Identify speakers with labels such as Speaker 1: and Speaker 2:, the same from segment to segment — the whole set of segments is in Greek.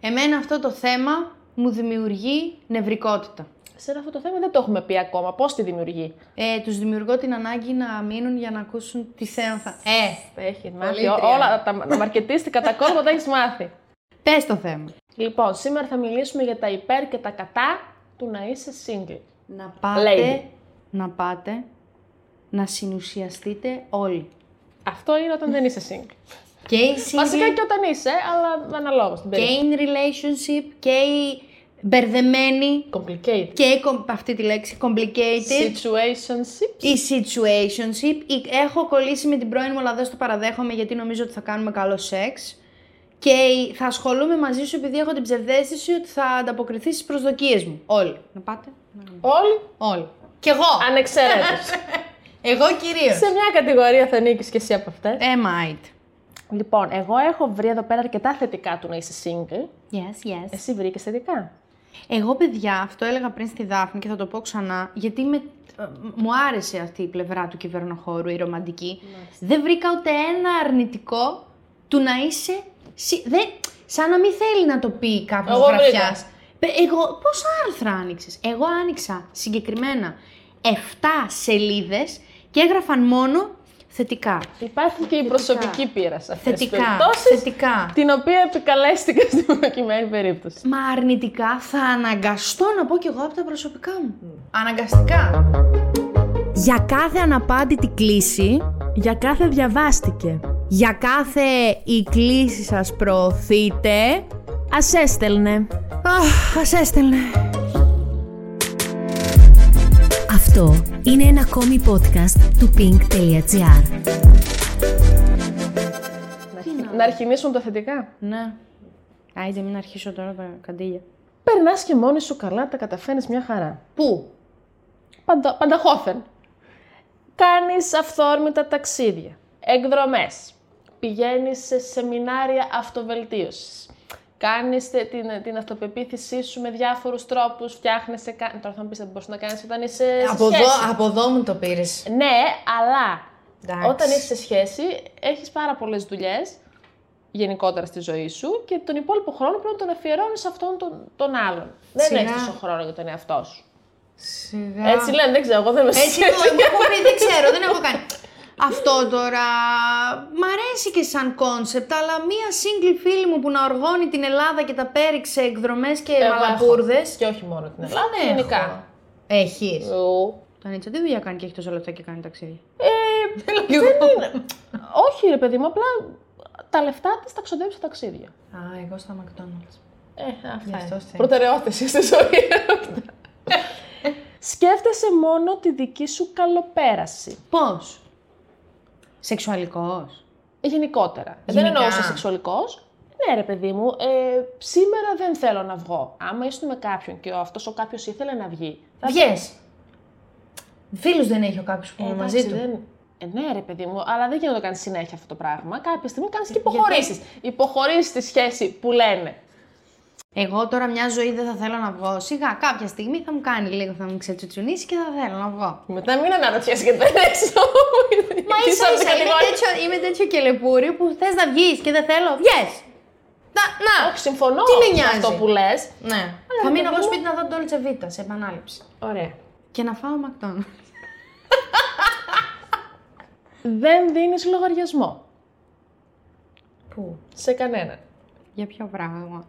Speaker 1: Εμένα αυτό το θέμα μου δημιουργεί νευρικότητα.
Speaker 2: Σε αυτό το θέμα δεν το έχουμε πει ακόμα. Πώς τη δημιουργεί.
Speaker 1: Ε, τους δημιουργώ την ανάγκη να μείνουν για να ακούσουν τι θέλουν θα... Ε,
Speaker 2: Έχει μάθει
Speaker 1: Πολύτρια.
Speaker 2: όλα τα, τα μαρκετίστικα, τα κόλπα τα έχεις μάθει.
Speaker 1: πες το θέμα.
Speaker 2: Λοιπόν, σήμερα θα μιλήσουμε για τα υπέρ και τα κατά του να είσαι single.
Speaker 1: Να πάτε,
Speaker 2: Lady.
Speaker 1: να πάτε, να συνουσιαστείτε όλοι.
Speaker 2: Αυτό είναι όταν δεν είσαι single.
Speaker 1: Και οι
Speaker 2: Βασικά
Speaker 1: single
Speaker 2: και όταν είσαι, αλλά αναλόγως την
Speaker 1: και
Speaker 2: περίπτωση.
Speaker 1: in relationship και οι μπερδεμένοι
Speaker 2: Complicated.
Speaker 1: και οι κομ- αυτή τη λέξη complicated.
Speaker 2: Situationships.
Speaker 1: Η situationship. η- Έχω κολλήσει με την πρώην μου, αλλά δεν στο παραδέχομαι γιατί νομίζω ότι θα κάνουμε καλό σεξ. Και η- θα ασχολούμαι μαζί σου επειδή έχω την ψευδέστηση ότι θα ανταποκριθείς στις προσδοκίες μου. Όλοι. Να πάτε.
Speaker 2: Όλοι
Speaker 1: Όλοι. Κι εγώ.
Speaker 2: ανεξαιρέτως.
Speaker 1: Εγώ κυρίως.
Speaker 2: Σε μια κατηγορία θα νίκεις και εσύ από αυτές.
Speaker 1: Am I? Ναι.
Speaker 2: Λοιπόν, εγώ έχω βρει εδώ πέρα αρκετά θετικά του να είσαι single.
Speaker 1: Yes, yes.
Speaker 2: Εσύ βρήκες θετικά.
Speaker 1: Εγώ, παιδιά, αυτό έλεγα πριν στη Δάφνη και θα το πω ξανά, γιατί με... ε, μου άρεσε αυτή η πλευρά του κυβερνοχώρου, η ρομαντική. Δεν βρήκα ούτε ένα αρνητικό του να είσαι. σι- Δεν... Σαν να μην θέλει να το πει κάποιος
Speaker 2: Εγώ βρήκα.
Speaker 1: γραφιάς. Εγώ, πόσα άρθρα άνοιξες. Εγώ άνοιξα συγκεκριμένα 7 σελίδες και έγραφαν μόνο θετικά.
Speaker 2: Υπάρχει και η προσωπική πείρα σε αυτές τις
Speaker 1: Θετικά.
Speaker 2: περιπτώσεις,
Speaker 1: Θετικά.
Speaker 2: την οποία επικαλέστηκα στην προκειμένη περίπτωση.
Speaker 1: Μα αρνητικά θα αναγκαστώ να πω κι εγώ από τα προσωπικά μου. Αναγκαστικά. Για κάθε αναπάντητη κλίση,
Speaker 3: Για κάθε διαβάστηκε.
Speaker 1: για κάθε η κλίση σας προωθείτε,
Speaker 3: Ας έστελνε.
Speaker 1: αχ, ας έστελνε.
Speaker 4: Αυτό είναι ένα ακόμη podcast του pink.gr.
Speaker 2: Να αρχινήσουμε τα θετικά.
Speaker 1: Ναι. Άιντε μην αρχίσω τώρα τα καντήλια.
Speaker 2: Περνάς και μόνη σου καλά, τα καταφέρνεις μια χαρά.
Speaker 1: Πού?
Speaker 2: Παντα, πανταχώθεν. Κάνεις αυθόρμητα ταξίδια, εκδρομές. Πηγαίνεις σε σεμινάρια αυτοβελτίωσης. Κάνει την, την αυτοπεποίθησή σου με διάφορους τρόπους. Φτιάχνεσαι. κα- Τώρα θα μου πεις δεν μπορείς να κάνεις όταν είσαι. σε σχέση.
Speaker 1: από εδώ μου το πήρες.
Speaker 2: Ναι, αλλά
Speaker 1: Εντάξει.
Speaker 2: όταν είσαι σε σχέση, έχεις πάρα πολλές δουλειές γενικότερα στη ζωή σου και τον υπόλοιπο χρόνο πρέπει να τον αφιερώνεις σε αυτόν τον, τον άλλον. Δεν
Speaker 1: Σιγά.
Speaker 2: έχεις τόσο χρόνο για τον εαυτό σου.
Speaker 1: Σιγά.
Speaker 2: Έτσι λένε, δεν ξέρω, εγώ δεν με
Speaker 1: Έτσι μου μου έχουν πει, δεν ξέρω, δεν έχω κάνει. Αυτό τώρα μ' αρέσει και σαν κόνσεπτ, αλλά μία single φίλη μου που να οργώνει την Ελλάδα και τα πέριξε εκδρομές και
Speaker 2: Εγώ έχω.
Speaker 1: μαλαπούρδες.
Speaker 2: Και όχι μόνο την Ελλάδα,
Speaker 1: Δεν έχω.
Speaker 2: Ναι, γενικά.
Speaker 1: Έχεις.
Speaker 2: Ου.
Speaker 1: Το Νίτσα Ε, τι δουλειά κάνει και έχει τόσα λεφτά και κάνει ταξίδι.
Speaker 2: Ε,
Speaker 1: Δεν είναι.
Speaker 2: όχι ρε παιδί μου, απλά τα λεφτά της τα ξοδεύει στα ταξίδια.
Speaker 1: Α, εγώ στα McDonald's.
Speaker 2: Ε,
Speaker 1: Γι' αυτό
Speaker 2: αυτά
Speaker 1: θέλει.
Speaker 2: Προτεραιότητες στη ζωή. Σκέφτεσαι μόνο τη δική σου καλοπέραση.
Speaker 1: Πώς? Σεξουαλικός.
Speaker 2: Ε, Γενικότερα. Δεν
Speaker 1: Γενικά.
Speaker 2: εννοώ είσαι σεξουαλικός. Ναι, ρε παιδί μου, ε, σήμερα δεν θέλω να βγω. Άμα ήσουν με κάποιον και αυτός ο κάποιος ήθελε να βγει. θα
Speaker 1: Βγες. Φίλους δεν έχει ο κάποιος που
Speaker 2: Ε,
Speaker 1: είναι
Speaker 2: εντάξει,
Speaker 1: μαζί του.
Speaker 2: δεν- Ε, ναι, ρε παιδί μου, αλλά δεν γίνεται να το κάνεις συνέχεια αυτό το πράγμα. Κάποια στιγμή κάνεις
Speaker 1: Ε,
Speaker 2: και υποχωρήσεις. Υποχωρήσεις στη σχέση που λένε.
Speaker 1: Εγώ τώρα μια ζωή δεν θα θέλω να βγω. Σιγά, κάποια στιγμή θα μου κάνει λίγο, θα μου ξετσουτσουνίσει και θα θέλω να βγω.
Speaker 2: Μετά μην αναρωτιέσαι γιατί δεν έχει λόγο.
Speaker 1: Μα ίσα ίσα είμαι τέτοιο, είμαι τέτοιο κελεπούρι που θες να βγεις και δεν θέλω, βγες! Να, να!
Speaker 2: Όχι, συμφωνώ
Speaker 1: Τι με
Speaker 2: με
Speaker 1: νοιάζει.
Speaker 2: αυτό που λες.
Speaker 1: Ναι. Θα μείνω εγώ σπίτι να δω τον Dolce Vita σε επανάληψη.
Speaker 2: Ωραία.
Speaker 1: Και να φάω McDonald's.
Speaker 2: Δεν δίνεις λογαριασμό
Speaker 1: Πού?
Speaker 2: σε κανέναν.
Speaker 1: Για ποιο πράγμα.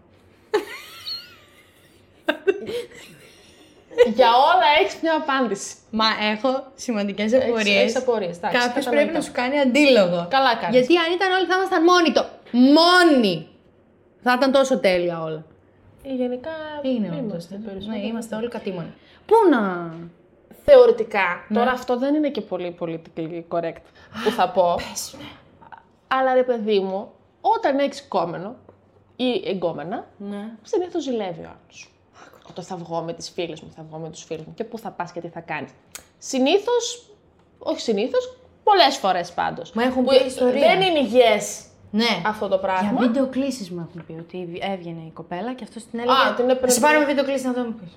Speaker 2: Για όλα έχεις μια απάντηση.
Speaker 1: Μα έχω σημαντικές
Speaker 2: Έχεις
Speaker 1: απορίες.
Speaker 2: απορίε.
Speaker 1: Κάποιος πρέπει να σου κάνει αντίλογο.
Speaker 2: Καλά κάνεις.
Speaker 1: Γιατί αν ήταν όλοι θα ήμασταν μόνοι το. Μόνοι! Θα ήταν τόσο τέλεια όλα.
Speaker 2: Ε, Γενικά.
Speaker 1: Είναι όντως.
Speaker 2: είμαστε
Speaker 1: Ναι,
Speaker 2: περισσότερο.
Speaker 1: είμαστε όλοι κατήμονοι. Πού να...
Speaker 2: Θεωρητικά.
Speaker 1: Ναι.
Speaker 2: Τώρα αυτό δεν είναι και πολύ πολιτική correct που θα πω.
Speaker 1: ναι.
Speaker 2: Αλλά ρε παιδί μου, όταν έχεις κόμενο ή εγκόμενα,
Speaker 1: Ναι.
Speaker 2: συνήθως ζηλεύει ο άλλος. Όταν θα βγω με τις φίλες μου, θα βγω με τους φίλους μου και πού θα πας και τι θα κάνεις. Συνήθως, όχι συνήθως, πολλές φορές πάντως.
Speaker 1: Μου έχουν πει ιστορία.
Speaker 2: Δεν είναι υγιές
Speaker 1: Ναι.
Speaker 2: αυτό το
Speaker 1: Για
Speaker 2: πράγμα.
Speaker 1: βίντεο κλήσεις μου έχουν πει ότι έβγαινε η κοπέλα και αυτό την έλεγε.
Speaker 2: Α, την έπαιρνε
Speaker 1: «Θα Σε
Speaker 2: το-
Speaker 1: πάρουμε βίντεο κλήση να δούμε ποιος».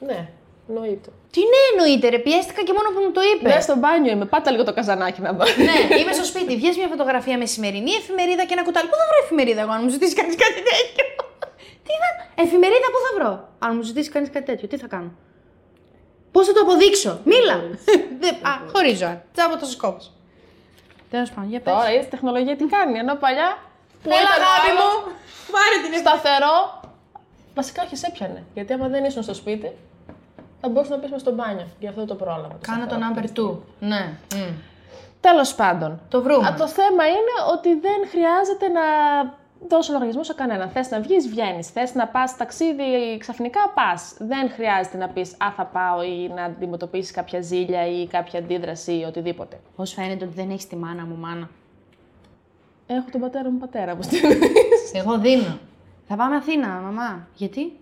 Speaker 2: Ναι, εννοείται.
Speaker 1: Τι ναι εννοείται, ρε, πιέστηκα και μόνο που μου το είπε.
Speaker 2: Ναι, στο μπάνιο είμαι. Πάτα λίγο το καζανάκι να δω.
Speaker 1: ναι, είμαι στο σπίτι. Βγες μια φωτογραφία με σημερινή εφημερίδα και ένα κουτάλι. Πού θα βρω εφημερίδα εγώ, αν μου ζητήσεις κανεί κάτι τέτοιο. Τι θα Εφημερίδα πού θα βρω. Αν μου ζητήσει κανείς κάτι τέτοιο, τι θα κάνω. Πώς θα το αποδείξω. Μίλα. Δε- Α, χωρίζω. ε. Τσάμπα το σκόπο. Τέλος πάντων, για πε.
Speaker 2: Τώρα η τεχνολογία τι κάνει, ενώ παλιά.
Speaker 1: Έλα,
Speaker 2: ήταν
Speaker 1: αγάπη
Speaker 2: άλλο,
Speaker 1: μου. Πάρε την
Speaker 2: Σταθερό. Βασικά όχι, σε έπιανε. Γιατί άμα δεν ήσουν στο σπίτι, θα μπορούσες να πεις μες στο μπάνιο. Γι' αυτό το πρόλαβα.
Speaker 1: Κάνω το number two. Ναι. μμ.
Speaker 2: Τέλος πάντων.
Speaker 1: Το
Speaker 2: Α,
Speaker 1: βρούμε.
Speaker 2: το θέμα είναι ότι δεν χρειάζεται να δώσω λογαριασμό σε κανέναν. Θες να βγεις, βγαίνεις. Θες να πας ταξίδι, ξαφνικά πας. Δεν χρειάζεται να πεις Α, θα πάω ή να αντιμετωπίσεις κάποια ζήλια ή κάποια αντίδραση ή οτιδήποτε.
Speaker 1: Πώς φαίνεται ότι δεν έχεις τη μάνα μου, μάνα.
Speaker 2: Έχω τον πατέρα μου πατέρα μου
Speaker 1: Εγώ δίνω. Θα πάμε Αθήνα, μαμά. Γιατί?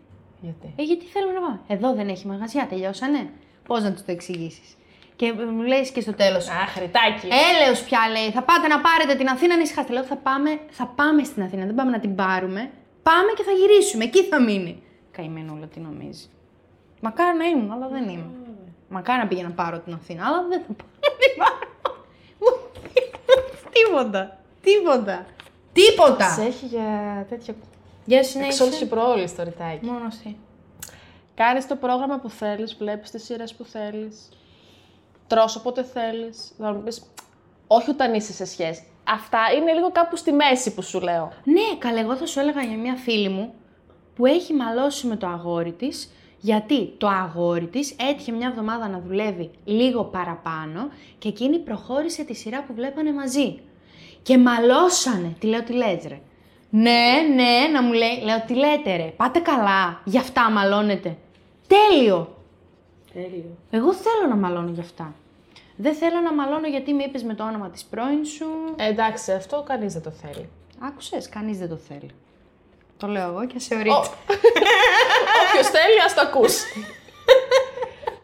Speaker 2: Γιατί.
Speaker 1: Ε, γιατί θέλουμε να πάμε. Εδώ δεν έχει μαγαζιά, τελειώσανε. Πώς να τους το εξηγήσεις. Και ε, μου λέει και στο τέλος.
Speaker 2: Α, χρυτάκι.
Speaker 1: Ε, Έλεος πια λέει, θα πάτε να πάρετε την Αθήνα ανησυχάστε. Λέω, θα πάμε, θα πάμε στην Αθήνα, δεν πάμε να την πάρουμε. Πάμε και θα γυρίσουμε, εκεί θα μείνει. Καημένουλα, τι νομίζεις. Μακάρι να ήμουν, αλλά δεν είμαι. Μακάρι να πήγα να πάρω την Αθήνα, αλλά δεν θα πάω να την πάρω. Μου δείχνει Τίποτα, τίποτα,
Speaker 2: Σε
Speaker 1: τίποτα.
Speaker 2: έχει για τέτοια
Speaker 1: Για συνέχισε.
Speaker 2: εξόλυση προόλη το ρητάκι.
Speaker 1: Μόνος εσύ.
Speaker 2: Κάνει το πρόγραμμα που θέλεις, βλέπεις τις σειρές που θέλεις. Τρως όποτε θέλεις. Θα μου πεις, όχι όταν είσαι σε σχέση. Αυτά είναι λίγο κάπου στη μέση που σου λέω.
Speaker 1: Ναι, καλά, εγώ θα σου έλεγα για μια φίλη μου που έχει μαλώσει με το αγόρι της. Γιατί το αγόρι της έτυχε μια εβδομάδα να δουλεύει λίγο παραπάνω και εκείνη προχώρησε τη σειρά που βλέπανε μαζί. Και μαλώσανε. Τι λέω, τι λες ρε. Ναι, ναι, να μου λέει. Λέω, τι λέτε ρε. Πάτε καλά. Γι' αυτά μαλώνετε. Τέλειο.
Speaker 2: Τέλειο.
Speaker 1: Εγώ θέλω να μαλώνω γι' αυτά. Δεν θέλω να μαλώνω γιατί με είπες με το όνομα της πρώην σου.
Speaker 2: Ε, εντάξει, αυτό κανείς δεν το θέλει.
Speaker 1: Άκουσες, κανείς δεν το θέλει. Το λέω εγώ και σε ορίτσα.
Speaker 2: Όποιος θέλει, ας το ακούσει.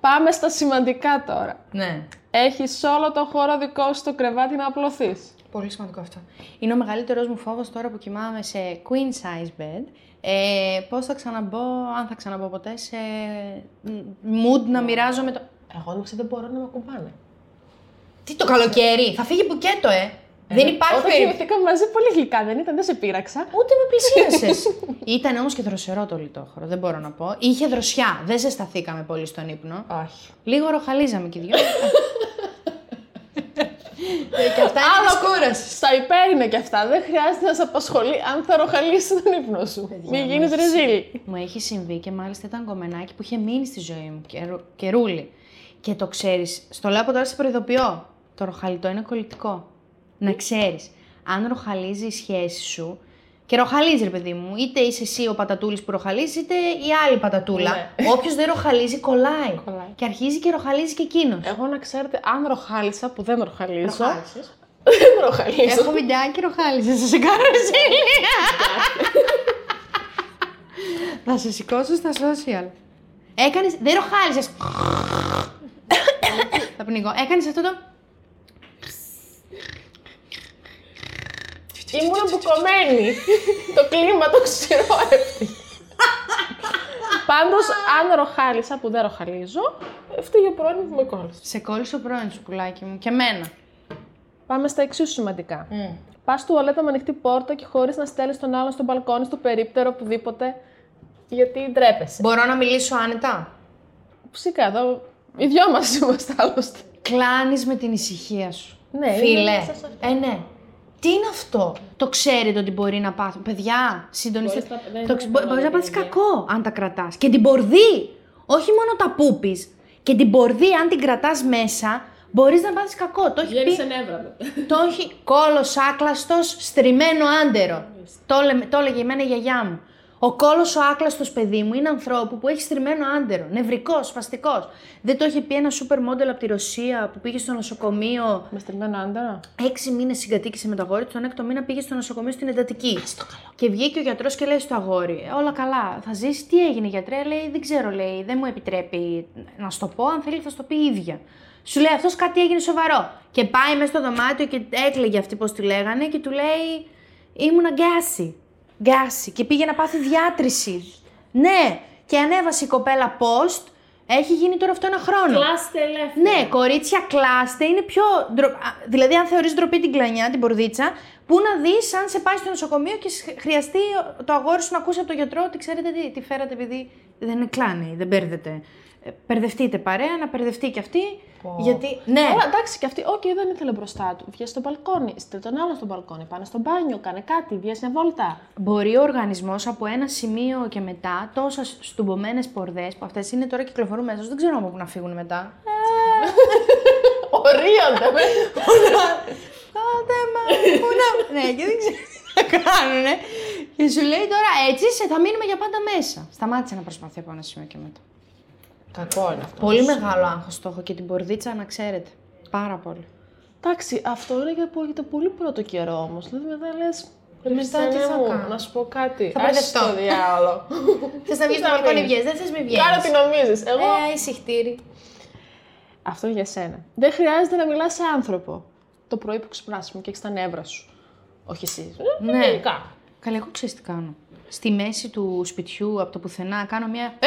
Speaker 2: Πάμε στα σημαντικά τώρα.
Speaker 1: Ναι.
Speaker 2: Έχεις όλο το χώρο δικό σου στο κρεβάτι να απλωθείς.
Speaker 1: Πολύ σημαντικό αυτό. Είναι ο μεγαλύτερος μου φόβος τώρα που κοιμάμαι σε queen size bed. Ε, Πώς θα ξαναμπω, αν θα ξαναμπω ποτέ, σε mood να μοιράζομαι το.
Speaker 2: Εγώ νομίζω δεν μπορώ να με ακουμπάνε.
Speaker 1: Τι το καλοκαίρι, θα φύγει μπουκέτο, ε! δεν υπάρχει
Speaker 2: Όταν
Speaker 1: περίπτωση.
Speaker 2: κοιμηθήκαμε μαζί, πολύ γλυκά δεν ήταν, δεν σε πείραξα.
Speaker 1: Ούτε με πλησίασες. Ήταν όμως και δροσερό το λιτόχωρο, δεν μπορώ να πω. Είχε δροσιά, δεν ζεσταθήκαμε πολύ στον ύπνο.
Speaker 2: Όχι.
Speaker 1: Λίγο ροχαλίζαμε κι οι δυο. Ε, και αυτά είναι της κούρασης.
Speaker 2: Στα υπέρ είναι και αυτά. Δεν χρειάζεται να σε απασχολεί αν θα ροχαλίσει τον ύπνο σου. Μην
Speaker 1: ναι,
Speaker 2: γίνει ρεζίλη.
Speaker 1: Μου έχει συμβεί και μάλιστα ήταν κομμενάκι που είχε μείνει στη ζωή μου, καιρού- καιρούλι. Και το ξέρεις, στο λέω από τώρα σε προειδοποιώ. Το ροχαλιτό είναι κολλητικό. Να ξέρεις, αν ροχαλίζει η σχέση σου. Και ροχαλίζει, ρε παιδί μου. Είτε είσαι εσύ ο πατατούλης που ροχαλίζεις, είτε η άλλη πατατούλα.
Speaker 2: Ναι.
Speaker 1: Όποιος δεν ροχαλίζει, κολλάει.
Speaker 2: Κολλάει.
Speaker 1: Και αρχίζει και ροχαλίζει και εκείνος.
Speaker 2: Εγώ να ξέρετε, αν ροχάλισα, που δεν ροχαλίζω.
Speaker 1: Ε, Ροχάλισες.
Speaker 2: Δεν ροχαλίζω.
Speaker 1: Έχω βιντεάκι ροχάλιζε, θα σε κάνω ρεζίλια. θα σε σηκώσω στα social. Έκανες, δεν ροχάλιζες. θα πνιγώ. Έκανες αυτό το...
Speaker 2: Ήμουν μπουκωμένη. το κλίμα το ξηρό έφυγε. Πάντως, αν ροχάλισα, που δεν ροχαλίζω, έφταιγε ο πρώην που με κόλλησε.
Speaker 1: Σε κόλλησε ο πρώην σου, πουλάκι μου. Και εμένα.
Speaker 2: Πάμε στα εξίσου σημαντικά. Πας του τουαλέτα με ανοιχτή πόρτα και χωρίς να στέλνεις τον άλλον στο μπαλκόνι, στο περίπτερο, οπουδήποτε. Γιατί ντρέπεσαι.
Speaker 1: Μπορώ να μιλήσω άνετα.
Speaker 2: Φυσικά, εδώ οι δυο μας είμαστε άλλωστε.
Speaker 1: Κλάνεις με την ησυχία σου.
Speaker 2: Ναι, είναι
Speaker 1: Φίλε.
Speaker 2: μέσα σε αυτό.
Speaker 1: Ε, ναι. Τι είναι αυτό. Το ξέρετε ότι μπορεί να πάθει. Παιδιά, συντονιστείτε.
Speaker 2: Μπορείς να- δεν
Speaker 1: Το
Speaker 2: είναι
Speaker 1: ξε-
Speaker 2: μόνο
Speaker 1: Μπορείς να
Speaker 2: για
Speaker 1: πάθει
Speaker 2: την υγεία.
Speaker 1: κακό αν τα κρατάς. Και την πορδί. Όχι μόνο τα πούπη. Και την πορδί, αν την κρατάς μέσα, μπορείς να πάθεις κακό. Το έχει πει.
Speaker 2: νεύρα.
Speaker 1: Το έχει κόλος άκλαστος, στριμμένο άντερο. Το, λέ- το έλεγε εμένα η γιαγιά μου. Ο κόλος ο άκλαστος παιδί μου είναι ανθρώπου που έχει στριμμένο άντερο. Νευρικός, σπαστικός. Δεν το είχε πει ένα σούπερ μόντελ από τη Ρωσία που πήγε στο νοσοκομείο
Speaker 2: Με στριμμένο άντερα.
Speaker 1: Έξι μήνες συγκατοίκησε με το αγόρι, τον έκτο μήνα πήγε στο νοσοκομείο στην εντατική. Και βγήκε ο γιατρός και λέει στο αγόρι: «Ε, Όλα καλά. Θα ζήσει, τι έγινε, γιατρέ. Λέει: Δεν ξέρω, λέει, δεν μου επιτρέπει να στο πω. Αν θέλει, θα στο πει η ίδια. Σου λέει αυτός κάτι έγινε σοβαρό. Και πάει μέσα στο δωμάτιο και έκλαιγε αυτή πώς τη λέγανε και του λέει: Ήμουν αγκάσι. Γκάσι. Και πήγε να πάθει διάτρηση. Ναι, και ανέβασε η κοπέλα post. Έχει γίνει τώρα αυτό ένα χρόνο.
Speaker 2: Κλάστε ελεύθερα.
Speaker 1: Ναι, κορίτσια κλάστε είναι πιο. ντρο- α, Δηλαδή, αν θεωρείς ντροπή την κλανιά, την πορδίτσα, Πού να δεις αν σε πάει στο νοσοκομείο και σ- χρειαστεί το αγόρι σου να ακούσει από τον γιατρό ότι ξέρετε τι, τη φέρατε επειδή δεν κλάνει, δεν μπέρδεται. Ε, Μπερδευτείτε παρέα, να μπερδευτεί κι αυτή. Γιατί. Ναι,
Speaker 2: Αλλά εντάξει, και αυτή, οκ, δεν ήθελε μπροστά του. Βγαίνει στο μπαλκόνι, στείλ τον άλλο στο μπαλκόνι, πάνε στο μπάνιο, κάνε κάτι, βγαίνει μια βόλτα.
Speaker 1: μπορεί ο οργανισμός από ένα σημείο και μετά, τόσες στουμπομένες πορδές που αυτές είναι τώρα κυκλοφορούν μέσα, σου, δεν ξέρω από πού να φύγουν μετά.
Speaker 2: Ορίονται με.
Speaker 1: Τότε μα. Πού να. ναι, και δεν ξέρω τι να κάνουνε. Και σου λέει τώρα έτσι, σε θα μείνουμε για πάντα μέσα. Σταμάτησε να προσπαθεί από ένα σημείο και μετά.
Speaker 2: Κακό είναι αυτό.
Speaker 1: Πολύ μεγάλο άγχος το έχω και την πορδίτσα να ξέρετε. Πάρα πολύ.
Speaker 2: Εντάξει, αυτό είναι για για το πολύ πρώτο καιρό όμως. Δηλαδή μετά λες.
Speaker 1: Μετά τι θα κάνω».
Speaker 2: Να σου πω κάτι.
Speaker 1: Θα
Speaker 2: Άσε
Speaker 1: μπερδευτώ.
Speaker 2: το διάλογο.
Speaker 1: Θες να βγεις
Speaker 2: στο μπαλκόνι,
Speaker 1: βγει, δεν θες με βγει.
Speaker 2: Κάνω τι νομίζεις. Εγώ
Speaker 1: Ε, ησυχτήρι.
Speaker 2: Αυτό είναι για σένα. Δεν χρειάζεται να μιλάς σε άνθρωπο. Το πρωί που ξυπνάς πούμε, και έχεις τα νεύρα σου. Όχι εσύ. Ε,
Speaker 1: Ναι.
Speaker 2: γενικά.
Speaker 1: Καλά, εγώ ξέρει τι κάνω. Στη μέση του σπιτιού, από το πουθενά, κάνω μια. Ε!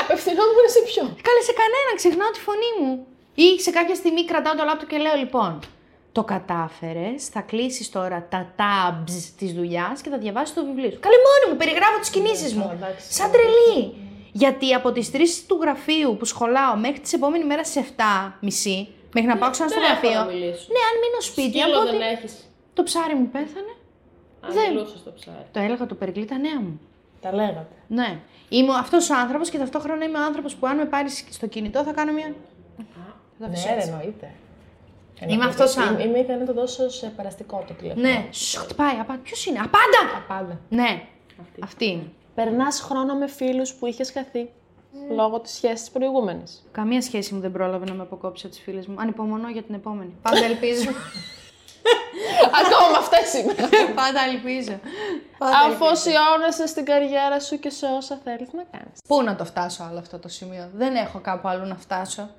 Speaker 2: Απευθυνόμουν σε ποιον.
Speaker 1: Καλέ σε κανέναν, ξεχνάω τη φωνή μου. Ή σε κάποια στιγμή κρατάω το λάπτο και λέω: Λοιπόν, το κατάφερες, θα κλείσεις τώρα τα tabs της δουλειάς και θα διαβάσεις το βιβλίο σου. Καλή μόνη μου, περιγράφω τις κινήσεις μου.
Speaker 2: Ναι, εντάξει.
Speaker 1: Σαν τρελή. Γιατί από τις 3 του γραφείου που σχολάω μέχρι τη επόμενη μέρα στις 7.30 μέχρι να πάω ξανά στο
Speaker 2: Ναι, δεν έχω να
Speaker 1: γραφείο.
Speaker 2: μιλήσω.
Speaker 1: Ναι, αν μείνω σπίτι, από ό,τι-
Speaker 2: έχεις.
Speaker 1: Το ψάρι μου πέθανε. Δεν.
Speaker 2: Μιλούσες το ψάρι.
Speaker 1: Το έλεγα το περικλεί τα νέα μου.
Speaker 2: Τα λέγατε.
Speaker 1: Ναι. Είμαι αυτός ο άνθρωπος και ταυτόχρονα είμαι ο άνθρωπος που αν με πάρεις στο κινητό θα κάνω μια. Θα το αφήσω
Speaker 2: Ναι, ρε,
Speaker 1: έτσι.
Speaker 2: εννοείται.
Speaker 1: Είμαι αυτός ο άνθρωπος.
Speaker 2: Είμαι ικανή να το δώσω σε περαστικό το τηλέφωνο.
Speaker 1: Ναι. Σου χτυπάει. Απάντα. Ποιος είναι. Απάντα!
Speaker 2: Πάντα.
Speaker 1: Ναι. Αυτή είναι.
Speaker 2: Περνάς χρόνο με φίλους που είχες χαθεί
Speaker 1: Ναι.
Speaker 2: λόγω της σχέσης της προηγούμενης.
Speaker 1: Καμία σχέση μου δεν πρόλαβε να με αποκόψει από τις φίλες μου. Ανυπομονώ για την επόμενη. Πάντα ελπίζω.
Speaker 2: Ακόμα αυτέ είναι.
Speaker 1: Πάντα ελπίζω.
Speaker 2: Αφοσιώνεσαι στην καριέρα σου και σε όσα θέλεις να κάνεις.
Speaker 1: Πού να το φτάσω άλλο αυτό το σημείο. Δεν έχω κάπου αλλού να φτάσω.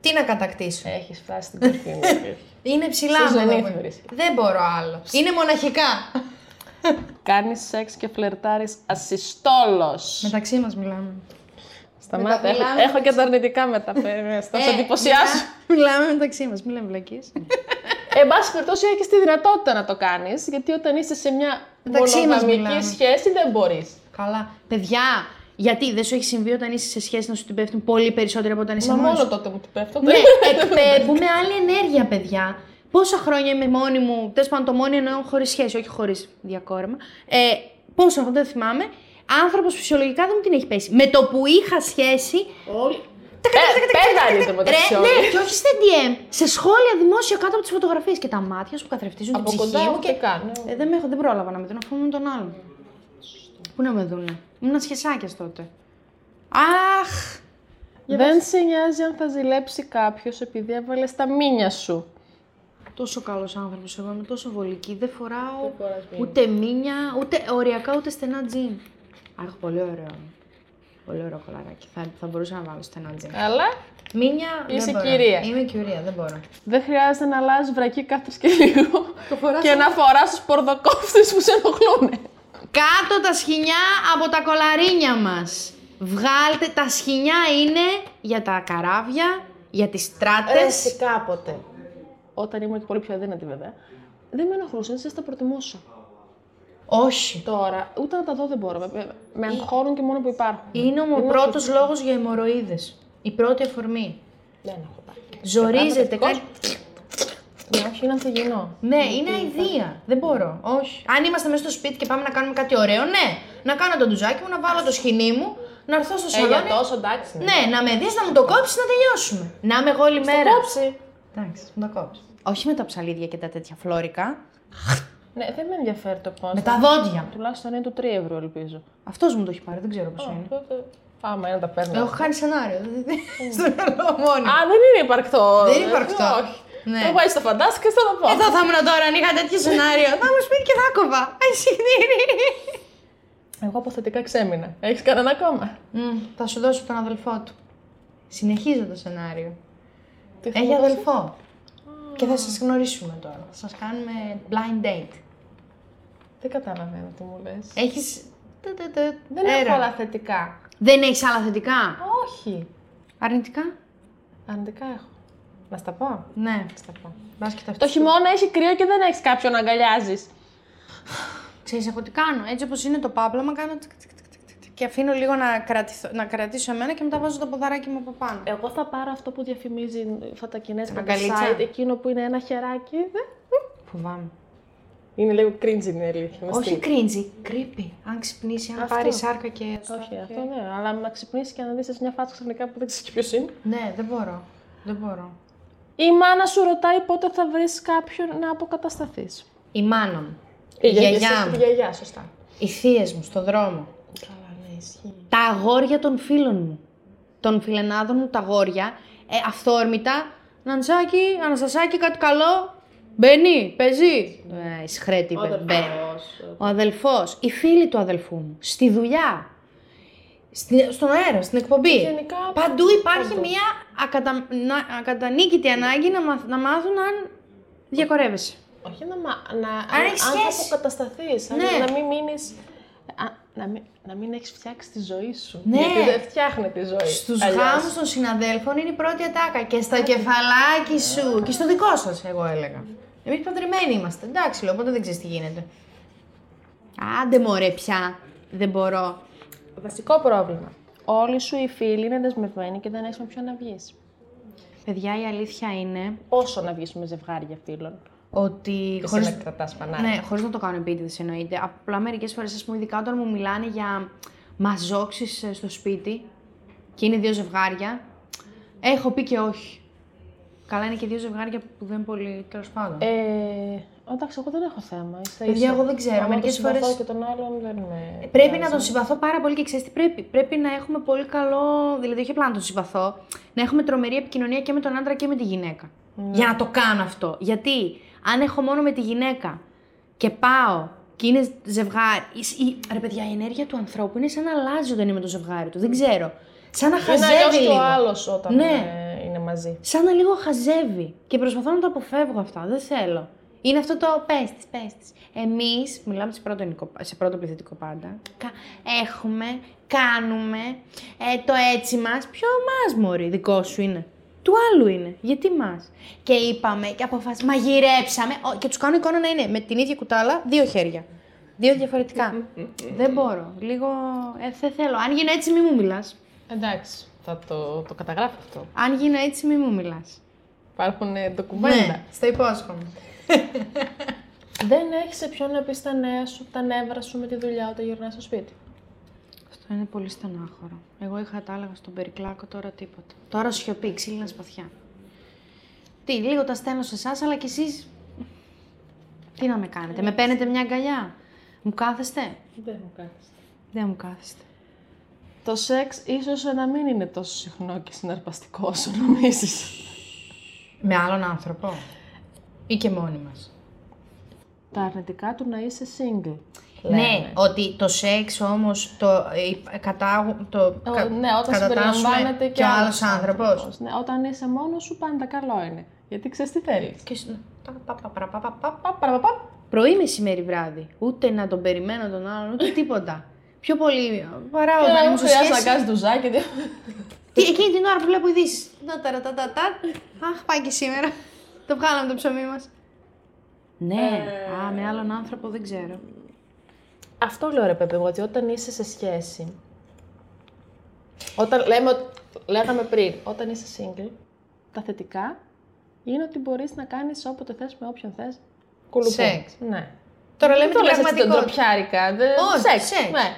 Speaker 1: Τι να κατακτήσω.
Speaker 2: Έχεις φτάσει στην κορφή μου.
Speaker 1: Είναι ψηλά
Speaker 2: Στους
Speaker 1: μου.
Speaker 2: ζενήθους
Speaker 1: εδώ.
Speaker 2: βρίσκεται.
Speaker 1: Ε, Δεν μπορώ άλλο. Είναι μοναχικά.
Speaker 2: κάνεις σεξ και φλερτάρεις ασυστόλος.
Speaker 1: Μεταξύ μας μιλάμε.
Speaker 2: Σταμάτα. Έχω,
Speaker 1: μιλάμε
Speaker 2: έχω και τα αρνητικά μετά. περίμενε,
Speaker 1: Ε,
Speaker 2: Θα σε εντυπωσιάσω.
Speaker 1: Μιλάμε μεταξύ μας, μην λέμε βλακίες.
Speaker 2: Εν πάση περιπτώσει, έχει τη δυνατότητα να το κάνεις, γιατί όταν είσαι σε μια
Speaker 1: Μεταξύ μας
Speaker 2: μονογαμική
Speaker 1: μιλάμε.
Speaker 2: σχέση δεν μπορείς.
Speaker 1: Καλά. Παιδιά, γιατί δεν σου έχει συμβεί όταν είσαι σε σχέση να σου την πέφτουν πολύ περισσότερο από όταν είσαι
Speaker 2: Μα
Speaker 1: μόνος
Speaker 2: μόνο
Speaker 1: σου.
Speaker 2: τότε μου την πέφτω. Ε,
Speaker 1: Ναι, εκπέμπουμε άλλη ενέργεια, παιδιά. Πόσα χρόνια είμαι μόνη μου, τέλος πάντων το μόνη εννοώ χωρίς σχέση, όχι χωρίς διακόρεμα. Ε, πόσα, δεν θυμάμαι. Άνθρωπος φυσιολογικά δεν μου την έχει πέσει. Με το που είχα σχέση,
Speaker 2: Όλοι.
Speaker 1: Ρε,
Speaker 2: Πέταγε μεταξύ
Speaker 1: ναι,
Speaker 2: όλων.
Speaker 1: και όχι στα DM. Σε σχόλια δημόσια κάτω από τις φωτογραφίες και τα μάτια σου που καθρεφτίζουν την
Speaker 2: Από
Speaker 1: ψυχή
Speaker 2: κοντά
Speaker 1: μου.
Speaker 2: ούτε καν.
Speaker 1: Ε, δεν, με έχω, δεν πρόλαβα να με δουν, αφού ήμουν τον άλλον. Πού να με δούνε. Ήμουν σχεσάκιας τότε. Αχ!
Speaker 2: Δεν σε νοιάζει αν θα ζηλέψει κάποιος επειδή έβαλες τα μήνια σου.
Speaker 1: Τόσο καλός άνθρωπος. Εγώ είμαι τόσο βολική. Δεν φοράω ούτε μήνια, ούτε οριακά, ούτε στενά τζιν. Α, έχω πολύ ωραίο. Πολύ ωραίο κολαράκι. Θα, θα μπορούσα να βάλω στενά τζιν.
Speaker 2: Αλλά
Speaker 1: Μήνια. δεν
Speaker 2: Είσαι
Speaker 1: μπορώ.
Speaker 2: κυρία.
Speaker 1: Είμαι κυρία, δεν μπορώ.
Speaker 2: δεν χρειάζεται να αλλάζει βρακή κάθε και λίγο
Speaker 1: φοράς
Speaker 2: και να φοράς τους πορδοκόφτε που σε ενοχλούν.
Speaker 1: Κάτω τα σχοινιά από τα κολαρίνια μας. Βγάλτε τα σχοινιά είναι για τα καράβια, για τις στράτες.
Speaker 2: κάποτε. Όταν ήμουν και πολύ πιο αδύνατη βέβαια, δεν με ενοχλούσαν, σα τα προτιμούσα.
Speaker 1: Όχι.
Speaker 2: Τώρα, ούτε να τα δω δεν μπορώ. Με, με αγχώνουν και μόνο που υπάρχουν.
Speaker 1: Είναι ο πρώτος λόγος για αιμορροίδες. Η πρώτη αφορμή.
Speaker 2: Δεν έχω πάει.
Speaker 1: Ζορίζεται κάτι.
Speaker 2: Ναι, όχι, είναι ανθυγινό.
Speaker 1: Ναι, είναι αηδία. Δεν μπορώ. Όχι. Αν είμαστε μέσα στο σπίτι και πάμε να κάνουμε κάτι ωραίο, ναι. Να κάνω το ντουζάκι μου, να βάλω το σχοινί μου, να έρθω στο σαλόνι.
Speaker 2: Ε, τόσο εντάξει.
Speaker 1: Ναι, να με δεις, να μου το κόψεις, να τελειώσουμε. Να είμαι εγώ όλη μέρα.
Speaker 2: Κόψη.
Speaker 1: Εντάξει, μου το κόψει. Όχι με τα ψαλίδια και τα τέτοια φλόρικα.
Speaker 2: Ναι, δεν με ενδιαφέρει το πόσο.
Speaker 1: Με τα δόντια μου.
Speaker 2: Τουλάχιστον είναι του 3 ευρώ, ελπίζω.
Speaker 1: Αυτός μου το έχει πάρει, δεν ξέρω πώ είναι.
Speaker 2: Άμα είναι τα παίρνω.
Speaker 1: Έχω χάνει σενάριο. δεν- δεν- Στο μυαλό μόνο.
Speaker 2: Α, δεν είναι υπαρκτό.
Speaker 1: Δεν
Speaker 2: ε,
Speaker 1: είναι υπαρκτό.
Speaker 2: Όχι.
Speaker 1: Ναι.
Speaker 2: Το πάει στο φαντάστηκα θα το πω.
Speaker 1: Εδώ Ε, θα ήμουν τώρα αν είχα τέτοιο σενάριο. Θα μου σπίτι και θα κόβα. Αϊ, συγγνώμη.
Speaker 2: Εγώ αποθετικά ξέμεινα. Έχεις κανένα ακόμα.
Speaker 1: Μμμ, Θα σου δώσω τον αδελφό του. Συνεχίζω το σενάριο.
Speaker 2: Τι θα
Speaker 1: Έχει
Speaker 2: μου δώσεις?
Speaker 1: αδελφό. Και θα σας γνωρίσουμε τώρα. Θα σας κάνουμε blind date.
Speaker 2: Δεν καταλαβαίνω τι μου λες.
Speaker 1: Έχεις.
Speaker 2: Δεν έχω άλλα θετικά.
Speaker 1: Δεν έχεις άλλα θετικά.
Speaker 2: Όχι.
Speaker 1: Αρνητικά.
Speaker 2: Αρνητικά έχω. Να στα πω.
Speaker 1: Ναι.
Speaker 2: Να στα πω.
Speaker 1: Μπας και ταυτιστεί.
Speaker 2: Το χειμώνα έχει κρύο και δεν έχεις κάποιον να αγκαλιάζεις.
Speaker 1: Ξέρεις εγώ τι κάνω. Έτσι όπως είναι το πάπλωμα κάνω τικ, τικ, τικ, τικ, τικ, τικ και αφήνω λίγο να, κρατηθώ- να κρατήσω εμένα και μετά βάζω το ποδαράκι μου από πάνω.
Speaker 2: Εγώ θα πάρω αυτό που διαφημίζει αυτά τα κινέζικα τα
Speaker 1: αγκαλίτσα.
Speaker 2: site, εκείνο που είναι ένα χεράκι. Δε.
Speaker 1: Φοβάμαι.
Speaker 2: Είναι λίγο cringe είναι η αλήθεια. να
Speaker 1: Όχι
Speaker 2: στείλω.
Speaker 1: κρίνζει, κρύπη. Αν ξυπνήσει, αν
Speaker 2: Αυτό.
Speaker 1: πάρει σάρκα και.
Speaker 2: Όχι, αυτό ναι. Αλλά να ξυπνήσεις και να δεις μια φάτσα ξαφνικά που δεν ξέρεις ποιος είναι.
Speaker 1: Ναι, δεν μπορώ. Δεν μπορώ.
Speaker 2: Η μάνα σου ρωτάει πότε θα βρεις κάποιον να αποκατασταθείς.
Speaker 1: Η μάνα μου. Η γιαγιά
Speaker 2: Η
Speaker 1: μου.
Speaker 2: γιαγιά, σωστά.
Speaker 1: Οι θείες μου στον δρόμο.
Speaker 2: Καλά, ναι, ισχύει.
Speaker 1: Τα αγόρια των φίλων μου. Των φιλενάδων μου τα αγόρια. Ε, αυθόρμητα. Ναντσάκι, Αναστασάκι, κάτι καλό. Μπαίνει, παίζει. Ε, η σχρέτη, μπε- μπαίνει. Ο αδελφός, οι φίλοι του αδελφού μου, στη δουλειά, στη- στον αέρα, στην εκπομπή.
Speaker 2: Γενικά,
Speaker 1: Παντού υπάρχει
Speaker 2: παντού.
Speaker 1: μια ακατα, να- ακατανίκητη ανάγκη να, μαθ- να μάθουν αν διακορεύεσαι.
Speaker 2: Όχι να, μα, να αν,
Speaker 1: έχεις
Speaker 2: αν θα
Speaker 1: σχέση.
Speaker 2: αποκατασταθείς, αν-
Speaker 1: Ναι.
Speaker 2: να μην μείνεις... α, να μην, να μην έχεις φτιάξει τη ζωή σου.
Speaker 1: Ναι.
Speaker 2: Γιατί δεν φτιάχνεται η ζωή.
Speaker 1: Στους
Speaker 2: αλλιώς.
Speaker 1: γάμους των συναδέλφων είναι η πρώτη ατάκα και στα κεφαλάκι σου και στο δικό σας εγώ έλεγα. Εμείς παντρεμένοι είμαστε, εντάξει λέω, οπότε δεν ξέρεις τι γίνεται. Άντε μωρέ πια, δεν μπορώ.
Speaker 2: Βασικό πρόβλημα. Όλοι σου οι φίλοι είναι δεσμευμένοι και δεν έχεις με ποιον να βγεις.
Speaker 1: Παιδιά, η αλήθεια είναι
Speaker 2: Πόσο να βγεις με ζευγάρια φίλων.
Speaker 1: ότι
Speaker 2: Εσύ
Speaker 1: χωρίς,
Speaker 2: να κρατάς πανάρι.
Speaker 1: Ναι, χωρίς να το κάνω επίτηδες εννοείται. Απλά μερικές φορές, ας πούμε, ειδικά όταν μου μιλάνε για μαζόξεις στο σπίτι και είναι δύο ζευγάρια, έχω πει και όχι. Καλά, είναι και δύο ζευγάρια που δεν πολύ. τέλος πάντων.
Speaker 2: Ε, εντάξει, εγώ δεν έχω θέμα. Ίσα,
Speaker 1: Παιδιά,
Speaker 2: ίσα.
Speaker 1: εγώ δεν ξέρω.
Speaker 2: Άμα
Speaker 1: Μερικές
Speaker 2: τον συμπαθώ
Speaker 1: φορές- Ε,
Speaker 2: και τον άλλον δεν με
Speaker 1: πρέπει να
Speaker 2: πειράζει.
Speaker 1: τον συμπαθώ πάρα πολύ και ξέρεις τι πρέπει. Πρέπει να έχουμε πολύ καλό. Δηλαδή, όχι απλά να τον συμπαθώ, να έχουμε τρομερή επικοινωνία και με τον άντρα και με τη γυναίκα. Για να το κάνω αυτό. Γιατί αν έχω μόνο με τη γυναίκα και πάω και είναι ζευγάρι. η- η- Ρε παιδιά, η ενέργεια του ανθρώπου είναι σαν να αλλάζει όταν είναι με το ζευγάρι του. Δεν ξέρω. Σαν να
Speaker 2: Είναι
Speaker 1: χαζεύει
Speaker 2: αλλιώς
Speaker 1: λίγο.
Speaker 2: και ο άλλος όταν
Speaker 1: Ναι.
Speaker 2: ε, είναι μαζί.
Speaker 1: Σαν να λίγο χαζεύει. Και προσπαθώ να τα αποφεύγω αυτά. Δεν θέλω. Είναι αυτό το πες της, πες της. Εμείς, μιλάμε σε πρώτο, ενικό- σε πρώτο πληθυντικό πάντα. κα- Έχουμε, κάνουμε, ε, το έτσι μας. Ποιο μας, Μωρή, δικό σου είναι. Του άλλου είναι. Γιατί μας. Και είπαμε και αποφάσισαμε, μαγειρέψαμε. Ο- και τους κάνω εικόνα να είναι με την ίδια κουτάλα δύο χέρια. Δύο διαφορετικά. Δεν μπορώ. Λίγο. Ε, δεν θέλω. Αν γίνω έτσι, μη μου μιλάς.
Speaker 2: Εντάξει, θα το, το καταγράφω αυτό.
Speaker 1: Αν γίνω έτσι, μη μου μιλάς.
Speaker 2: Υπάρχουν ε, ντοκουμέντα.
Speaker 1: Ναι, στο υπόσχομαι.
Speaker 2: Δεν έχεις σε ποιον να πεις τα νέα σου, τα νεύρα σου με τη δουλειά όταν γυρνάς στο σπίτι.
Speaker 1: Αυτό είναι πολύ στενάχωρο. Εγώ είχα τα άλλα στον περικλάκο, τώρα τίποτα. Τώρα σιωπή, ξύλινα σπαθιά. Τι, λίγο τα στέλνω σε εσάς, αλλά κι εσείς. Τι να με κάνετε, με παίρνετε μια αγκαλιά. Μου κάθεστε.
Speaker 2: Δεν μου κάθεστε.
Speaker 1: Δεν μου κάθεστε.
Speaker 2: Το σεξ ίσως να μην είναι τόσο συχνό και συναρπαστικό όσο νομίζεις.
Speaker 1: Με άλλον άνθρωπο. Ή και μόνοι μας.
Speaker 2: τα αρνητικά του να είσαι single.
Speaker 1: Ναι, ότι το σεξ όμως το, ε, υπ- κατάγου- το
Speaker 2: Ο-
Speaker 1: κα-
Speaker 2: ναι, όταν
Speaker 1: κατατάσσουμε
Speaker 2: συμπεριλαμβάνεται και
Speaker 1: ο
Speaker 2: άλλος
Speaker 1: άλλος άνθρωπος.
Speaker 2: άνθρωπος. Ναι, όταν είσαι μόνος σου πάντα καλό είναι. Γιατί ξέρεις τι θέλεις.
Speaker 1: Και σ- πα- πα- πα- πα- πα- πα- πα- πα- πα- πα. Πρωί, μεσημέρι, βράδυ. Ούτε να τον περιμένω τον άλλον, ούτε τίποτα. Πιο πολύ παρά όταν ήμουν σε
Speaker 2: χρειάζεται να
Speaker 1: σχέση.
Speaker 2: κάνει ντουζάκι. τι-
Speaker 1: Τι, εκείνη την ώρα που βλέπω ειδήσεις. Αχ, πάει και σήμερα. Το βγάλαμε το ψωμί μας. Ναι, α, με άλλον άνθρωπο δεν ξέρω.
Speaker 2: Αυτό λέω ρε παιδί μου, ότι όταν είσαι σε σχέση. Όταν λέμε, ότι- λέγαμε πριν, όταν είσαι single, τα θετικά είναι ότι μπορείς να κάνεις όποτε θες με όποιον θες κουλουπού.
Speaker 1: Σεξ.
Speaker 2: Ναι.
Speaker 1: Τώρα
Speaker 2: Δεν
Speaker 1: λέμε
Speaker 2: το
Speaker 1: την
Speaker 2: λες έτσι
Speaker 1: πραγματικότητα.
Speaker 2: ντροπιάρικα. Δε...
Speaker 1: Όχι,
Speaker 2: σεξ.
Speaker 1: σεξ.
Speaker 2: Ναι.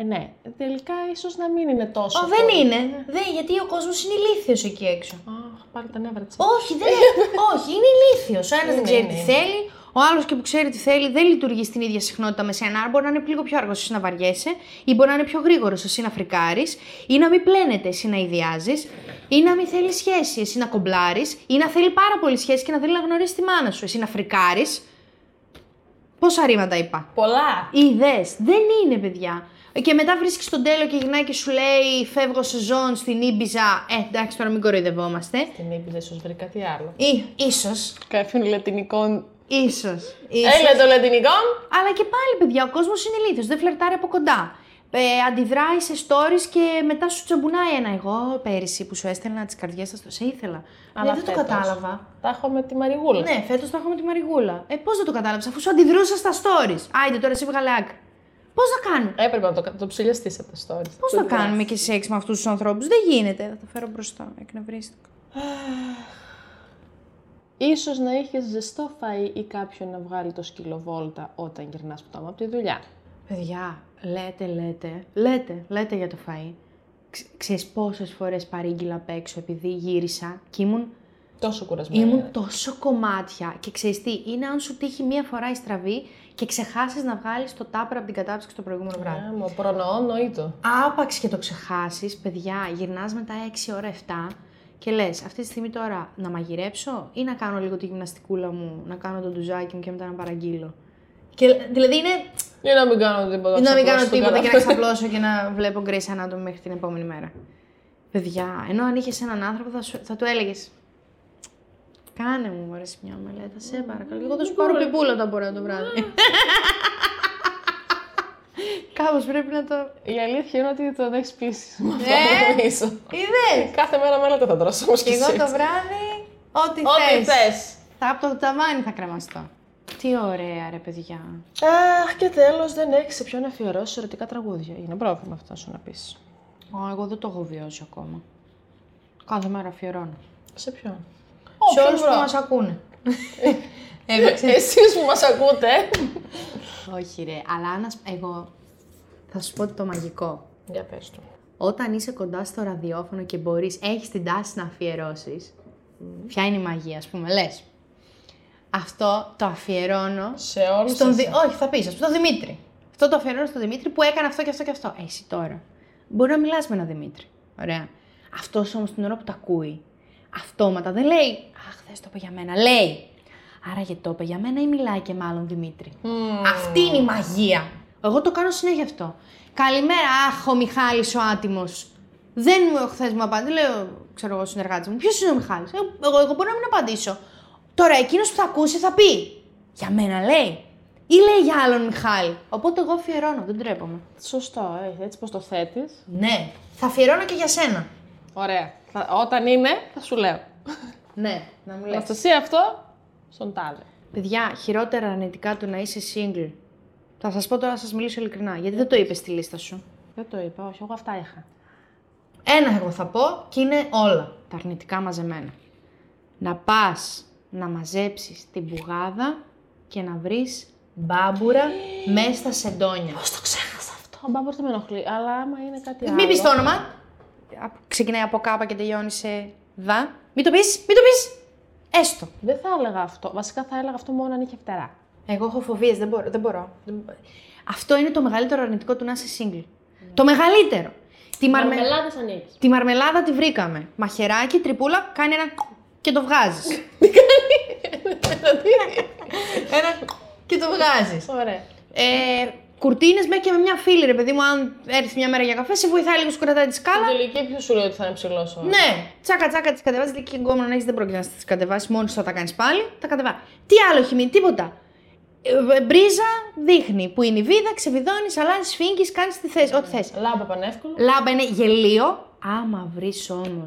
Speaker 2: Ε, ναι. Τελικά ίσως να μην είναι τόσο.
Speaker 1: Ω, δεν
Speaker 2: πολύ.
Speaker 1: είναι. Δεν, γιατί ο κόσμος είναι ηλίθιος εκεί έξω.
Speaker 2: Αχ, πάλι τα νεύρα της.
Speaker 1: Όχι, δεν είναι. όχι, είναι ηλίθιος. Ο ένας δεν
Speaker 2: Είναι,
Speaker 1: ξέρει
Speaker 2: είναι,
Speaker 1: τι
Speaker 2: είναι.
Speaker 1: θέλει, ο άλλος και που ξέρει τι θέλει δεν λειτουργεί στην ίδια συχνότητα με σένα. Άρα μπορεί να είναι λίγο πιο αργός, εσύ να βαριέσαι, ή μπορεί να είναι πιο γρήγορος, εσύ να φρικάρεις, ή να μην πλένεται, εσύ να ιδιάζεις, ή να μην θέλει σχέση, εσύ να κομπλάρεις, ή να θέλει πάρα πολύ σχέση και να θέλει να γνωρίσει τη μάνα σου, εσύ να φρικάρεις. Πόσα ρήματα είπα.
Speaker 2: Πολλά.
Speaker 1: Είδε. Δεν είναι, παιδιά. Και μετά βρίσκεις τον τέλο και γυρνάει και σου λέει Φεύγω σεζόν στην Ήμπιζα. Ε, εντάξει, τώρα μην κοροϊδευόμαστε.
Speaker 2: Την ήμπιζα, ίσως βρει κάτι άλλο.
Speaker 1: Ή, ίσως,
Speaker 2: Κάποιον λατινικών.
Speaker 1: Ίσως. ίσως.
Speaker 2: Έλα το λατινικό.
Speaker 1: Αλλά και πάλι, παιδιά, ο κόσμος είναι ηλίθιος. Δεν φλερτάρει από κοντά. ε, αντιδράει σε stories και μετά σου τσαμπουνάει ένα. Εγώ πέρυσι που σου έστελνα τις καρδιές σας, σε ήθελα.
Speaker 2: Αλλά
Speaker 1: Αλλά δεν το
Speaker 2: φέτος.
Speaker 1: κατάλαβα.
Speaker 2: Τα έχω με τη Μαριγούλα.
Speaker 1: Ναι, φέτος το έχω με τη Μαριγούλα. Ε, πώς δεν το κατάλαβες, αφού σου αντιδρούσα στα stories. Άιντε, τώρα εσύ βγάλε άκρη. Πώ να κάνουμε.
Speaker 2: Έπρεπε να το, κα- το ψηλιαστείς από τα stories.
Speaker 1: Πώς θα κάνουμε και σεξ με αυτούς τους ανθρώπους. Δεν γίνεται. Θα το φέρω μπροστά. Εκνευρίστηκα.
Speaker 2: Ίσως να είχες ζεστό φαΐ ή κάποιον να βγάλει το σκύλο βόλτα όταν γυρνάς που από τη δουλειά.
Speaker 1: Παιδιά, λέτε, λέτε, λέτε, λέτε για το φαΐ. Ξ- Ξέρεις πόσες φορές παρήγγειλα απ' έξω επειδή γύρισα και ήμουν,
Speaker 2: Τόσο κουρασμένη.
Speaker 1: ήμουν τόσο κομμάτια. Και ξέρεις τι, είναι αν σου τύχει μία φορά η στραβή και ξεχάσεις να βγάλεις το τάπερ από την κατάψυξη το προηγούμενο βράδυ.
Speaker 2: Α, μα Ε, προνοώ, νοήτο.
Speaker 1: Άπαξ και το ξεχάσεις, παιδιά, γυρνάς μετά 6 ώρα 7 και λες αυτή τη στιγμή τώρα να μαγειρέψω ή να κάνω λίγο τη γυμναστικούλα μου, να κάνω το ντουζάκι μου και μετά να παραγγείλω. Και, δηλαδή είναι
Speaker 2: Ή να μην κάνω τίποτα.
Speaker 1: να μην
Speaker 2: ξαπλώσω
Speaker 1: κάνω
Speaker 2: στον
Speaker 1: τίποτα και να
Speaker 2: καναπέ.
Speaker 1: ξαπλώσω και να βλέπω Grace Anatomy μέχρι την επόμενη μέρα. Παιδιά, ενώ αν είχες έναν άνθρωπο θα, σου- θα του έλεγες. Κάνε μου μωρέ σε μια μελέτα, σε παρακαλώ. Εγώ θα σου πάρω πιπούλα όταν μπορώ το βράδυ. Κάπως πρέπει να το.
Speaker 2: Η αλήθεια είναι ότι τον έχεις πείσει. Με αυτό
Speaker 1: Ε!
Speaker 2: που μιλήσω.
Speaker 1: Είδες!
Speaker 2: Κάθε μέρα μέλα δεν θα τρώσω όμως
Speaker 1: Και
Speaker 2: και
Speaker 1: εγώ
Speaker 2: εσύ.
Speaker 1: το βράδυ, ό,τι
Speaker 2: Ό,τι
Speaker 1: θες.
Speaker 2: θες.
Speaker 1: Θα από το ταβάνι θα κρεμαστώ. Τι ωραία ρε παιδιά.
Speaker 2: Αχ, και τέλος δεν έχεις σε ποιον αφιερώσεις ερωτικά τραγούδια. Είναι πρόβλημα αυτό να σου να πεις.
Speaker 1: Ω, εγώ δεν το έχω βιώσει ακόμα. Κάθε μέρα αφιερώνω.
Speaker 2: Σε ποιον.
Speaker 1: σε
Speaker 2: Όποιον
Speaker 1: όλους που
Speaker 2: βρω. Ε,
Speaker 1: μας ακούνε. Εγώ ξέρω.
Speaker 2: Εσείς που μας ακούτε.
Speaker 1: Όχι ρε, αλλά αν ας- εγώ θα σου πω το μαγικό.
Speaker 2: Για πες του.
Speaker 1: Όταν είσαι κοντά στο ραδιόφωνο και μπορείς, έχεις την τάση να αφιερώσεις, ποια είναι η μαγεία, ας πούμε, λες. Αυτό το αφιερώνω
Speaker 2: Σε όλους
Speaker 1: στον
Speaker 2: εσάς.
Speaker 1: Δη- Όχι, θα πεις, ας πούμε, στον Δημήτρη. Αυτό το αφιερώνω στον Δημήτρη που έκανε αυτό και αυτό και αυτό. Ε, Εσύ τώρα. Μπορεί να μιλάς με έναν Δημήτρη. Ωραία. Αυτός όμως την ώρα που τα ακούει, αυτόματα δεν λέει «Αχ, θες το είπε για μένα». Λέει «Άραγε το είπε για μένα ή μιλάει και μάλλον Δημήτρη». Αυτή είναι η μαγεία. Εγώ το κάνω συνέχεια αυτό. Καλημέρα, αχ, ο Μιχάλης ο άτιμος. Δεν μου χθες μου απαντήσει. Λέω, ξέρω εγώ, συνεργάτης μου, ποιος είναι ο Μιχάλης. Εγώ, εγώ μπορώ να μην απαντήσω. Τώρα εκείνος που θα ακούσει θα πει. Για μένα λέει. Ή λέει για άλλον Μιχάλη. Οπότε εγώ αφιερώνω, δεν τρέπομαι.
Speaker 2: Σωστό, ε, έτσι πως το θέτεις.
Speaker 1: Ναι. Θα αφιερώνω και για σένα.
Speaker 2: Ωραία. Θα- όταν είναι, θα σου λέω.
Speaker 1: Ναι, να μου λες.
Speaker 2: Αναστασία αυτό, στον τάδε.
Speaker 1: Παιδιά, χειρότερα αρνητικά του να είσαι single. Θα σας πω τώρα, να σας μιλήσω ειλικρινά, γιατί δεν το είπες στη λίστα σου.
Speaker 2: Δεν το είπα, όχι, εγώ αυτά είχα.
Speaker 1: Ένα εγώ θα πω και είναι όλα. Τα αρνητικά μαζεμένα. Να πας να μαζέψεις την πουγάδα και να βρεις μπάμπουρα μέσα στα σεντόνια.
Speaker 2: Το ξέχασα αυτό. Μπα μπορεί να με ενοχλεί, αλλά άμα είναι κάτι άλλο.
Speaker 1: Μην πεις το όνομα. Α, Ξεκινάει από κάπα και τελειώνει σε δα. Μην το πεις, μην το πεις. Έστω.
Speaker 2: Δεν θα έλεγα αυτό. Βασικά θα έλεγα αυτό μόνο αν είχε φτερά.
Speaker 1: Εγώ έχω φοβίες, δεν μπορώ. Δεν μπορώ. Δεν μπο- Αυτό είναι το μεγαλύτερο αρνητικό του να είσαι single. Το μεγαλύτερο. Τη μαρμε-
Speaker 2: Μαρμελάδες ανοίγει.
Speaker 1: Τη μαρμελάδα τη βρήκαμε. Μαχεράκι, τρυπούλα, κάνει ένα και το βγάζεις. ένα και το βγάζεις.
Speaker 2: Ωραία.
Speaker 1: Ε, Κουρτίνες με και με μια φίλη, ρε παιδί μου, αν έρθει μια μέρα για καφέ, σε βοηθάει λίγο, σου κρατάει τη σκάλα.
Speaker 2: Στην τελική, ποιος σου λέει ότι θα είναι ψηλός ο άλλος?
Speaker 1: Ναι, τσάκα τσάκα τις κατεβάζεις. Λέει και γκόμενο να έχεις, δεν πρόκειται να τις κατεβάσει. Μόνος θα τα κάνεις πάλι, τα κατεβάζει. Τι άλλο έχει μείνει, τίποτα. Ε, Μπρίζα δείχνει που είναι η βίδα, ξεβιδώνεις, αλλάζεις, φύγεις, κάνεις τη θέση. Ό,τι θες.
Speaker 2: Λάμπα πανεύκολο.
Speaker 1: Λάμπα είναι γελίο. Άμα βρεις όμως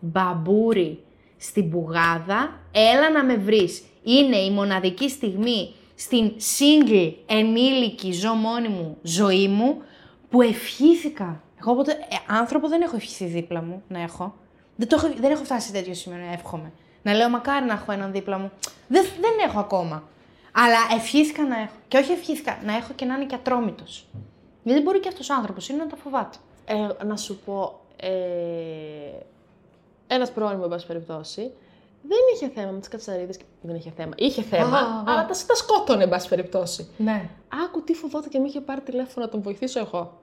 Speaker 1: μπαμπούρι στην πουγάδα, έλα να με βρεις. Είναι η μοναδική στιγμή στην single ενήλικη ζω μόνη μου ζωή μου που ευχήθηκα. Εγώ ποτέ ε, άνθρωπο δεν έχω ευχηθεί δίπλα μου να έχω. Δεν, το έχω, δεν έχω φτάσει σε τέτοιο σημείο να εύχομαι. Να λέω μακάρι να έχω έναν δίπλα μου. Δεν, δεν έχω ακόμα. Αλλά ευχήθηκα να έχω. Και όχι ευχήθηκα, να έχω και να είναι και ατρόμητος. Γιατί δεν μπορεί και αυτός ο άνθρωπος, είναι να τα φοβάται.
Speaker 2: Ε, να σου πω. Ε, Ένας πρώην, εν πάση περιπτώσει, δεν είχε θέμα με τις κατσαρίδες. Δεν είχε θέμα. Είχε θέμα,
Speaker 1: Α, α.
Speaker 2: αλλά τα, τα σκότωνε, εν πάση περιπτώσει.
Speaker 1: Ναι.
Speaker 2: Άκου τι φοβόταν και με είχε πάρει τηλέφωνο να τον βοηθήσω εγώ.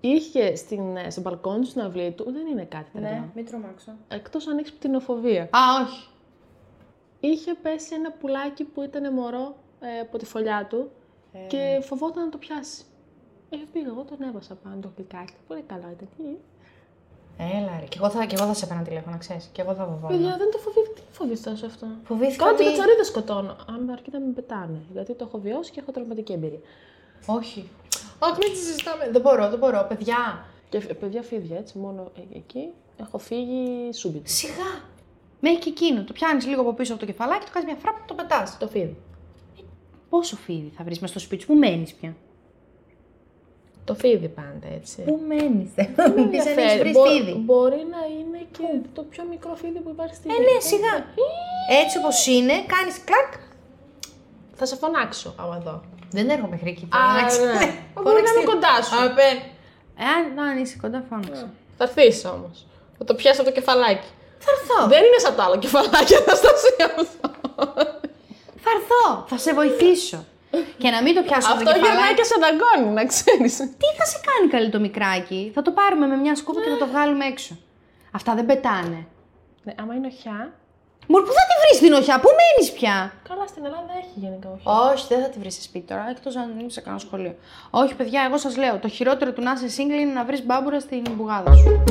Speaker 2: Είχε στην, ε, στο μπαλκόνι του στην αυλή του, δεν είναι κάτι τέτοιο.
Speaker 1: Ναι, μην τρομάξω.
Speaker 2: Εκτός αν έχεις πτυνοφοβία.
Speaker 1: Α, όχι.
Speaker 2: Είχε πέσει ένα πουλάκι που ήταν μωρό ε, από τη φωλιά του
Speaker 1: Ε.
Speaker 2: και φοβόταν να το πιάσει. Ε, πήγα, εγώ τον έβασα πάνω το κλικάκι. Πολύ καλό ήταν.
Speaker 1: Έλα, ρε. Κι εγώ θα, κι εγώ θα σε παίρνα τηλέφωνο, ξέρεις. Κι εγώ θα φοβάμαι.
Speaker 2: Παιδιά, δεν το φοβήθηκα. Τι φοβηθώ σε αυτό.
Speaker 1: Φοβήθηκα.
Speaker 2: Κάτι
Speaker 1: μη-
Speaker 2: κατσαρίδε σκοτώνω. Αν αρκεί να με πετάνε. Γιατί το έχω βιώσει και έχω τραυματική εμπειρία.
Speaker 1: Όχι. Όχι, μην τη συζητάμε. Δεν μπορώ, δεν μπορώ, παιδιά.
Speaker 2: Και φ- παιδιά φίδια, έτσι, μόνο ε- εκεί. Έχω φύγει σούμπιτ.
Speaker 1: Σιγά. Μέχρι και εκείνο. Το πιάνεις λίγο από πίσω από το κεφαλάκι, το κάνεις μια φράπα, το πετάς.
Speaker 2: Το φίδι.
Speaker 1: Πόσο φίδι θα βρεις με στο σπίτι σου, πού μένεις πια.
Speaker 2: Το φίδι πάντα, έτσι.
Speaker 1: Πού μένεις, δεν
Speaker 2: Δεν
Speaker 1: πει αν
Speaker 2: ενδιαφέρει.
Speaker 1: έχει βρεις
Speaker 2: Μπο-
Speaker 1: φίδι.
Speaker 2: Μπορεί να είναι και το πιο μικρό φίδι που υπάρχει στη
Speaker 1: Ε,
Speaker 2: γη.
Speaker 1: ναι, σιγά. Έτσι όπως είναι, κάνεις κλακ.
Speaker 2: Θα σε φωνάξω άμα δω.
Speaker 1: Δεν έρχομαι μέχρι εκεί.
Speaker 2: Α, ναι. Μπορεί να είμαι κοντά σου.
Speaker 1: Εάν αν είσαι κοντά, φώναξε.
Speaker 2: Θα έρθεις όμως. Θα το πιάσω από το κεφαλάκι.
Speaker 1: Θα έρθω.
Speaker 2: Δεν είναι σαν τα άλλα κεφαλάκια, Αναστασία μου.
Speaker 1: Θα έρθω. Θα σε βοηθήσω. και να μην το πιάσω από το
Speaker 2: Αυτό γυρνάει
Speaker 1: κεφαλάκι.
Speaker 2: και σε δαγκώνει, να ξέρεις.
Speaker 1: Τι θα σε κάνει καλή το μικράκι. Θα το πάρουμε με μια σκούπα και θα το βγάλουμε έξω. Αυτά δεν πετάνε.
Speaker 2: Ναι, άμα είναι οχιά.
Speaker 1: Μωρ, πού θα τη βρεις την οχιά, πού μένεις πια.
Speaker 2: Καλά, στην Ελλάδα έχει γενικά οχιά.
Speaker 1: Όχι, δεν θα τη βρεις σε σπίτι τώρα, εκτός αν είναι σε κανένα σχολείο. Όχι, παιδιά, εγώ σας λέω: Το χειρότερο του να είσαι single είναι να βρεις μπάμπουρα στην μπουγάδα σου.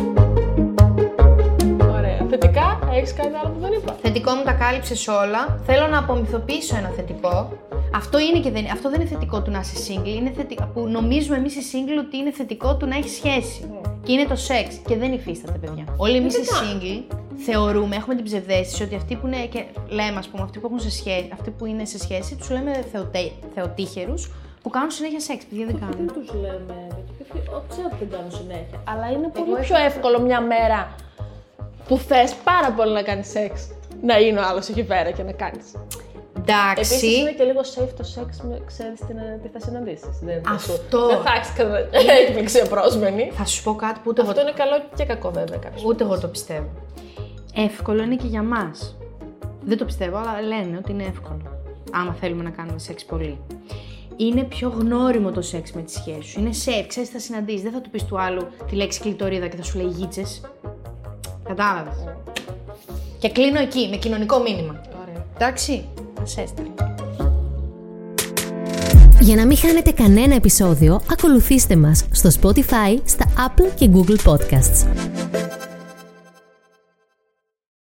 Speaker 2: Ωραία. Θετικά, έχεις κάτι άλλο που δεν είπα.
Speaker 1: Θετικό μου τα κάλυψες όλα. Θέλω να απομυθοποιήσω ένα θετικό. Αυτό, είναι και δεν... Αυτό δεν είναι θετικό του να είσαι single. Είναι θετικό που νομίζουμε εμείς οι single ότι είναι θετικό του να έχει σχέση.
Speaker 2: Ναι.
Speaker 1: Και είναι το σεξ. Και δεν υφίσταται, παιδιά. Όλοι εμείς οι single θεωρούμε, έχουμε την ψευδέστηση ότι αυτοί που είναι. Και λέμε, ας πούμε, αυτοί που, έχουν σε σχέση, αυτοί που είναι σε σχέση, τους λέμε θεοτε... θεοτύχερους που κάνουν συνέχεια σεξ. Παιδιά δεν κάνουν.
Speaker 2: τους λέμε. Ε, Ξέρω ότι δεν κάνουν συνέχεια. Αλλά είναι πολύ πιο εύκολο μια μέρα που θες πάρα πολύ να κάνεις σεξ. Να είναι ο άλλος εκεί πέρα και να κάνεις.
Speaker 1: Εντάξει.
Speaker 2: Επίσης είναι και λίγο safe το σεξ, ξέρεις τι θα συναντήσεις. Δεν, θα σου-
Speaker 1: Αυτό.
Speaker 2: δεν θα έχεις κανένα έκπληξη απρόσμενη.
Speaker 1: Θα σου πω κάτι που ούτε, εγώ,
Speaker 2: Αυτό είναι καλό και κακό βέβαια κάποιος.
Speaker 1: ούτε εγώ το πιστεύω. Εύκολο είναι και για μας. Δεν το πιστεύω, αλλά λένε ότι είναι εύκολο. Άμα θέλουμε να κάνουμε σεξ πολύ. Είναι πιο γνώριμο το σεξ με τη σχέση σου. Είναι safe, ξέρεις τι θα συναντήσεις. Δεν θα του πεις του άλλου τη λέξη κλειτορίδα και θα σου λέει γίτσες. Κατάλαβες. Και κλείνω εκεί, με κοινωνικό μήνυμα.
Speaker 2: Ωραία.
Speaker 1: Εντάξει, θα σε έστειλε.
Speaker 4: Για να μην χάνετε κανένα επεισόδιο, ακολουθήστε μας στο Spotify, στα Apple και Google Podcasts.